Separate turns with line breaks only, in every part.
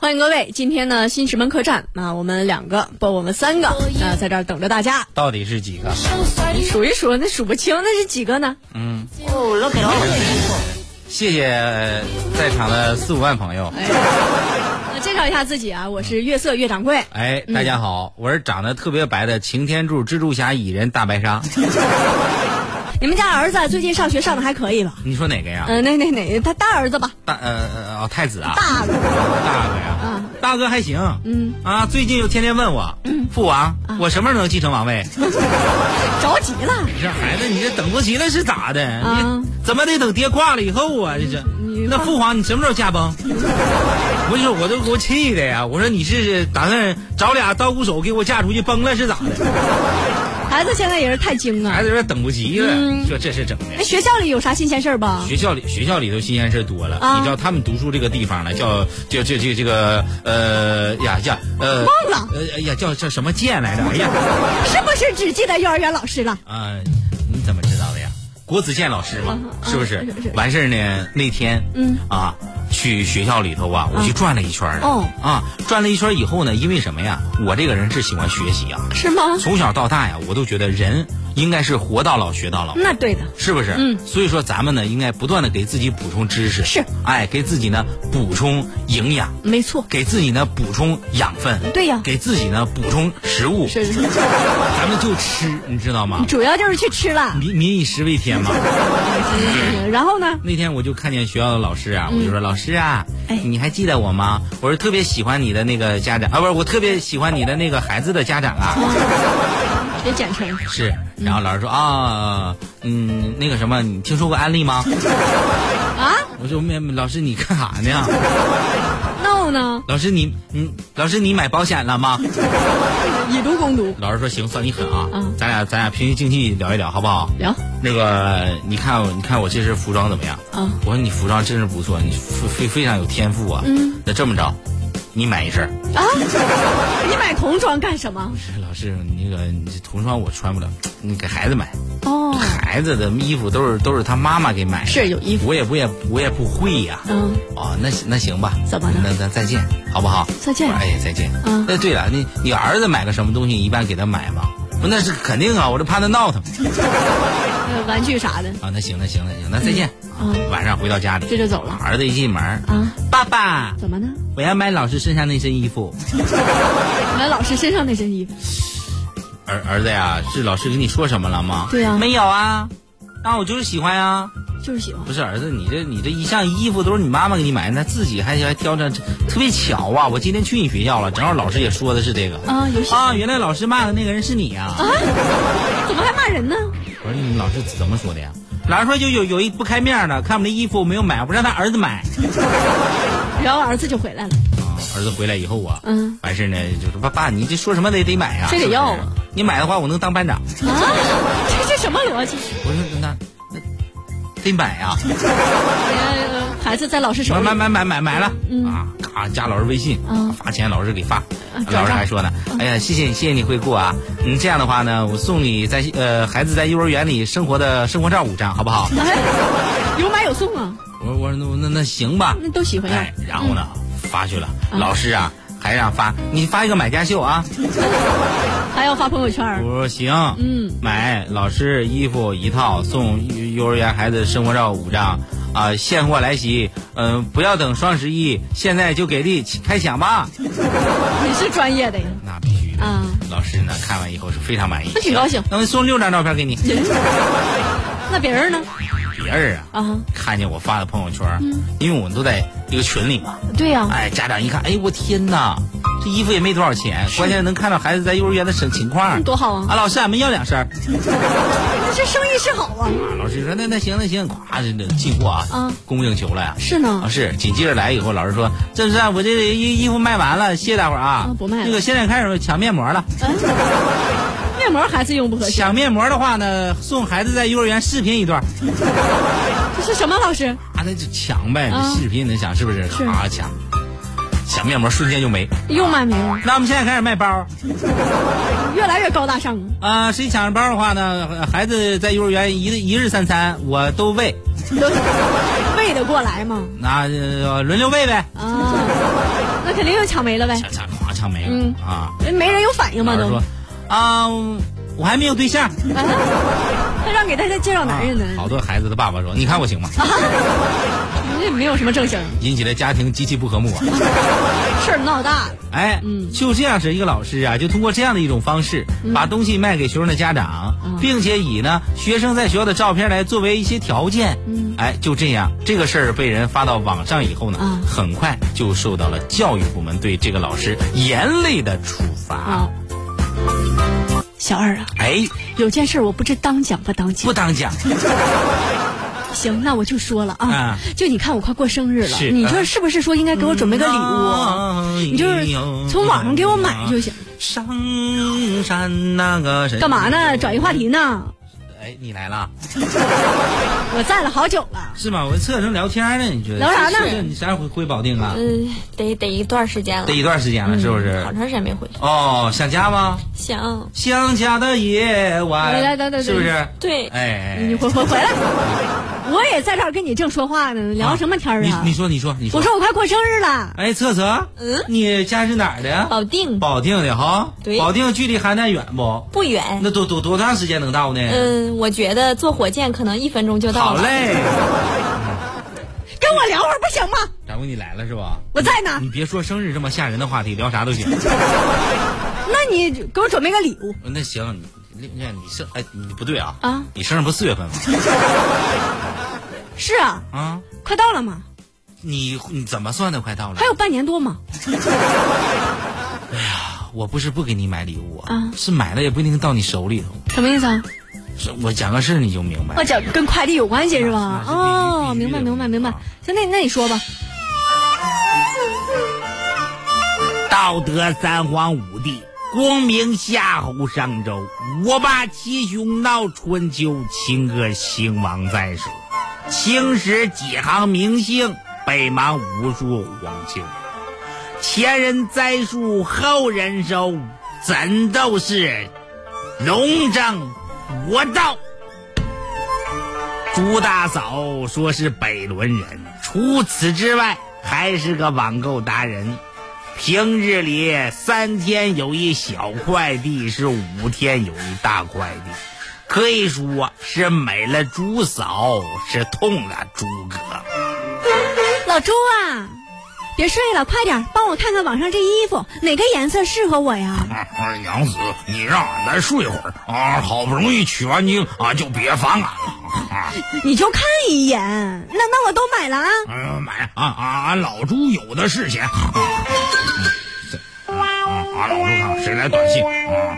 欢迎各位，今天呢新石门客栈啊，我们两个不，我们三个啊，在这儿等着大家。
到底是几个？
你数一数，那数不清，那是几个呢？
谢谢呃在场的四五万朋友。
呃介绍一下自己啊，我是月色月掌柜。
哎，大家好，我是长得特别白的擎天柱、蜘蛛侠、蚁人、大白鲨。
你们家儿子最近上学上的还可以吧？
你说哪个呀？
嗯、那那哪，他大儿子吧，
大呃呃哦，太子啊，
大的。
大哥呀，大哥还行。嗯啊，最近又天天问我，父王，我什么时候能继承王位？
着急了。
你这孩子，你这等不及了是咋的？
啊
你怎么得等爹挂了以后啊？这这
你，
那父皇你什么时候驾 崩？我就说我都给我气的呀！我说你是打算找俩刀鼓手给我嫁出去崩了是咋的？
孩子现在也是太精
孩
啊。
子有点等不及了，
嗯
这这是整
那
的。
学校里有啥新鲜事儿吧？
学校里学校里头新鲜事多了，
啊
你知道他们读书这个地方呢，叫叫这这这个呃呀呀
忘
呃
了
呃哎呀叫叫什么剑来着？哎呀
是不是只记得幼儿园老师了？
啊，你怎么知道的呀？郭子健老师嘛，
啊
是不
啊
是
是是？
完事儿呢，那天，
嗯
啊，去学校里头啊，我去转了一圈儿
哦
啊，转了一圈儿以后呢，因为什么呀？我这个人是喜欢学习啊，
是吗？
从小到大呀，我都觉得人应该是活到老学到老。
那对的。
是不是？
嗯
所以说咱们呢，应该不断的给自己补充知识，
是，
哎，给自己呢补充营养，
没错，
给自己呢补充养分，
对呀
给自己呢补充食物，
是是是，
咱们就吃，你知道吗？
主要就是去吃了。
民民以食为 天嘛。
然后呢？
那天我就看见学校的老师啊，我就说、老师啊，
嗯哎
你还记得我吗？我是特别喜欢你的那个家长啊，不是我特别喜欢你的那个孩子的家长啊。
嗯别简称。
是，然后老师说啊，嗯，那个什么，你听说过安利吗？
啊
我说没，老师你干啥呢？
？No 呢？
老师你，嗯，老师你买保险了吗？
以毒攻毒。
老师说行，算你狠啊，
嗯
咱俩咱俩平心静气聊一聊，好不好？
聊
那个，你看我，你看我这身服装怎么样？
嗯
我说你服装真是不错，你非非非常有天赋啊。
嗯，
那这么着，你买一身儿。
啊？你买童装干什么？
老师，你那个你这童装我穿不了，你给孩子买。
哦，
孩子的衣服都是都是他妈妈给买的，
是有衣服
我也不也我也不会呀、
嗯，
哦，那行那行吧，
怎么了
那那再见，好不好？
再见
我说哎，再见。
嗯
那对了，你你儿子买个什么东西，一般给他买吗？我说那是肯定啊，我就怕他闹腾
呃玩具啥的，
啊。那行，那行，那行，那再见。
嗯
啊晚上回到家里，
这就走了
儿子一进门，
啊？
爸爸，
怎么呢？
我要买老师身上那身衣服。
买老师身上那身衣服。
儿儿子呀，是老师跟你说什么了吗？
对呀
没有啊。啊，我就是喜欢呀、
就是喜欢
不是儿子，你这你这一项衣服都是你妈妈给你买的，那自己还还挑着，这特别巧啊！我今天去你学校了，正好老师也说的是这个。
啊，有喜
啊，原来老师骂的那个人是你呀、啊！
怎么还骂人呢？
我说你们老师怎么说的呀？老师说就有有一不开面的，看我们这衣服没有买，我让他儿子买。
然后儿子就回来了，
啊，儿子回来以后啊，
嗯，
完事儿呢就说爸爸，你这说什么得得买呀、啊？
这得要啊
是不是你买的话，我能当班长。
啊，这这什么逻辑？
我说那那得买啊，
呃孩子在老师手
买
里
买买买买买了、啊！咔加老师微信，
嗯
发钱老师给发，
转
老师
账
还说呢，哎呀，谢谢谢谢你惠顾啊，嗯，这样的话呢，我送你在呃孩子在幼儿园里生活的生活照五张，好不好？
哎，有买有送啊，
我说我说那那那行吧，
那都喜欢
哎
呀。，
然后呢
嗯
发去了，老师啊还让发，你发一个买家秀啊，
还要发朋友圈儿
我，说行，
嗯，
买老师衣服一套，送幼幼儿园孩子生活照五张，啊、现货来袭，嗯、不要等双十一，现在就给力起开抢吧。
你是专业的呀。
那必须的。
啊
老师呢看完以后是非常满意，
那挺高兴嗯
那我送六张照片给你。
那别人呢？
别人啊，
啊，
看见我发的朋友圈，
嗯
因为我们都在一个群里嘛，
对呀、
哎，家长一看，哎，我天哪，这衣服也没多少钱，关键能看到孩子在幼儿园的情情况，
多好啊！
啊！老师，俺们要两身儿。
那这生意是好啊。
啊，老师说那那行那行，咵这这进货啊，
啊
供不应求了呀。
是呢
啊是，紧接着来以后，老师说这是啊我这衣衣服卖完了，谢谢大伙儿啊
啊不卖了
那个现在开始抢面膜了，
面膜孩子用不合适，
抢面膜的话呢，送孩子在幼儿园视频一段，啊，
这是什么老师？
那就抢呗，
啊
视频能抢是不是？
是
啊抢，抢面膜瞬间就没。
又卖没有？
那我们现在开始卖包
越来越高大上了。
啊，谁抢着包的话呢，孩子在幼儿园一日一日三餐我都喂，
喂得过来吗？
那、呃轮流喂呗。
啊，那肯定又抢没了呗
抢。抢咵抢没了、
嗯
啊！
哎没人有反应吗？
老师
都
说，啊，我还没有对象。
啊他让给大家介绍男人
啊
呢，
好多孩子的爸爸说：“你看我行吗
你啊这没有什么正形，？”
引起了家庭极其不和睦啊！
事儿闹大。
哎，
嗯
就这样式一个老师啊，就通过这样的一种方式，把东西卖给学生的家长，
嗯
并且以呢学生在学校的照片来作为一些条件。
嗯
哎，就这样，这个事儿被人发到网上以后呢，
啊
很快就受到了教育部门对这个老师严厉的处罚。
啊，小二啊，
哎，
有件事我不知当讲不当
不
讲。
当讲，
行，那我就说了啊，
啊
就你看我快过生日了，
是啊
你这是不是说应该给我准备个礼物？啊
嗯
你就是从网上给我买就行。
上山那个谁？
干嘛？呢？转移话题呢？
哎，你来了，
我在了好久了。
是吗？我在厕所聊天呢，你觉得？
聊啥呢
是你啥时候回回保定啊？
嗯，得得一段时间了
得，一段时间了，是不是
好？长时间没回去。
哦，想家吗？
想，
想家的夜晚，
来来来来
是不是？
对，
哎，
你回回回来，我也在这儿跟你正说话呢，聊什么天儿啊？
你你说你说你说，
我说我快过生日了，
哎，策策，
嗯
你家是哪儿的？
保定
保定的哈，
对
保定距离邯郸远不？
不远。
那多多多长时间能到呢？
嗯，我觉得坐火箭可能一分钟就到
好
了。
嘞，
跟我聊会儿不行吗？
掌柜你来了是吧？
我在呢
你别说生日这么吓人的话题，聊啥都行。
那你给我准备个礼物。
那行，你你你生哎，你不对啊
啊！
你生日不四月份吗？
是啊，
啊，
快到了吗？
你你怎么算的？快到了
还，有半年多吗？
我不是不给你买礼物
啊
是买了也不一定到你手里头。
什么意思啊？
是我讲个事儿你就明白
哦，。讲跟快递有关系是吧
那？是必
哦，
必须
明白
的
明白明白
啊。
行，那那你说吧。
道德三皇五帝，功名夏侯商周，我霸七雄闹春秋，秦歌兴亡在蜀，青史几行名姓，北邙无数黄丘。前人栽树，后人收，咱都是龙争虎斗。朱大嫂说是北仑人，除此之外还是个网购达人。平日里三天有一小快递，是五天有一大快递，可以说是美了朱嫂，是痛了朱哥。
老朱啊，别睡了，快点儿帮我看看网上这衣服哪个颜色适合我呀？
啊，娘子，你让俺再睡会儿啊！好不容易取完经啊，就别烦俺了啊！
你就看一眼。那那我都买了啊。
嗯，买啊啊！俺老朱有的是钱。啊，嗯这啊啊！老朱看谁来短信啊？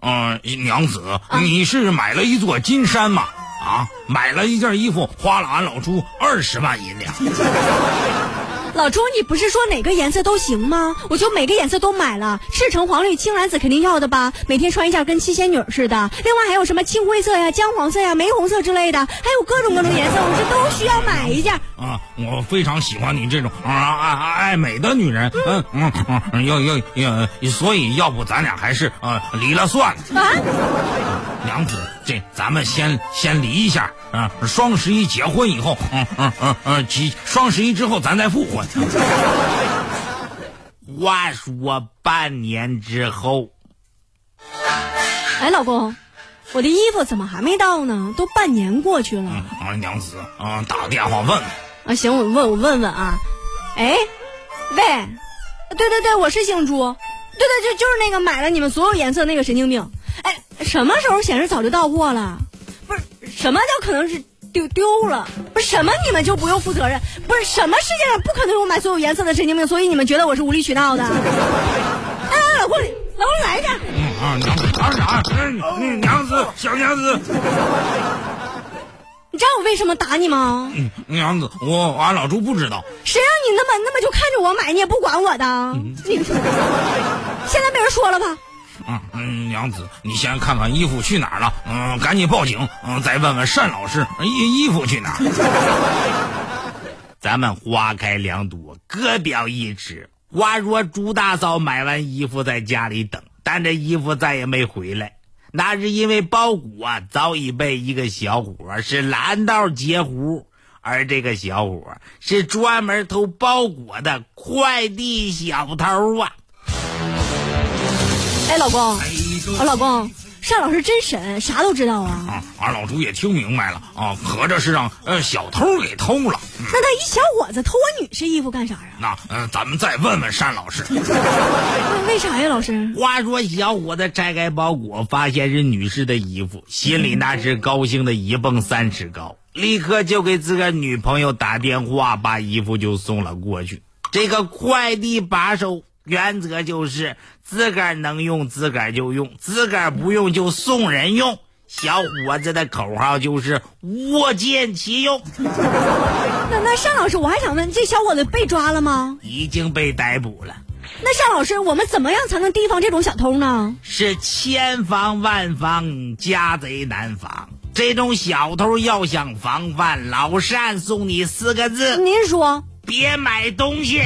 嗯，啊，娘子，你是买了一座金山吗？啊，买了一件衣服，花了俺老朱二十万银两。
老朱，你不是说哪个颜色都行吗？我就每个颜色都买了，赤橙黄绿青蓝紫肯定要的吧？每天穿一件跟七仙女似的。另外还有什么青灰色呀、姜黄色呀、玫红色之类的，还有各种各种颜色，我这都需要买一件。
啊，我非常喜欢你这种啊爱爱爱美的女人。嗯嗯嗯，要要要，所以要不咱俩还是呃离了算了。
啊，
娘子，这咱们先先离一下啊！双十一结婚以后，嗯嗯嗯嗯，几双十一之后咱再复婚。话说半年之后，
哎，老公，我的衣服怎么还没到呢？都半年过去了。
啊，娘子啊，打电话问问，
啊，行，我问我问问啊，哎，喂，对对对，我是姓朱，对对，就就是那个买了你们所有颜色那个神经病，哎，什么时候显示早就到货了？不是，什么叫可能是丢丢了？不是什么你们就不用负责任？不是什么世界上不可能有我买所有颜色的神经病，所以你们觉得我是无理取闹的？ 哎，老公，老公来一下，
嗯啊，娘子，当然，嗯嗯，娘子，小娘子，
你知道我为什么打你吗？
嗯，娘子，我俺老朱不知道，
谁让你那么那么就看着我买，你也不管我的？你 现在被人说了吧？
嗯嗯，娘子，你先看看衣服去哪儿了，嗯，赶紧报警，嗯，再问问单老师衣衣服去哪儿。 咱们花开两朵，各表一枝。话说朱大嫂买完衣服在家里等，但这衣服再也没回来。那是因为包谷啊，早已被一个小伙儿是拦道截胡，而这个小伙儿是专门偷包裹的快递小偷啊！
哎，老公，啊，老公，单老师真神，啥都知道啊。
啊，俺老朱也听明白了啊，合着是让呃小偷给偷了。
那他一小伙子偷我女士衣服干啥啊呀？
那嗯、呃咱们再问问单老师。
为为啥呀，老师？
话说小伙子拆开包裹，发现是女士的衣服，心里那是高兴的一蹦三尺高，立刻就给自个儿女朋友打电话，把衣服就送了过去。这个快递把手原则就是自个儿能用自个儿就用，自个儿不用就送人用。小伙子的口号就是物尽其用，
那那单老师，我还想问，这小伙子被抓了吗？
已经被逮捕了。
那单老师，我们怎么样才能提防这种小偷呢？
是千防万防，家贼难防。这种小偷要想防范，老单送你四个字：
您说，
别买东西。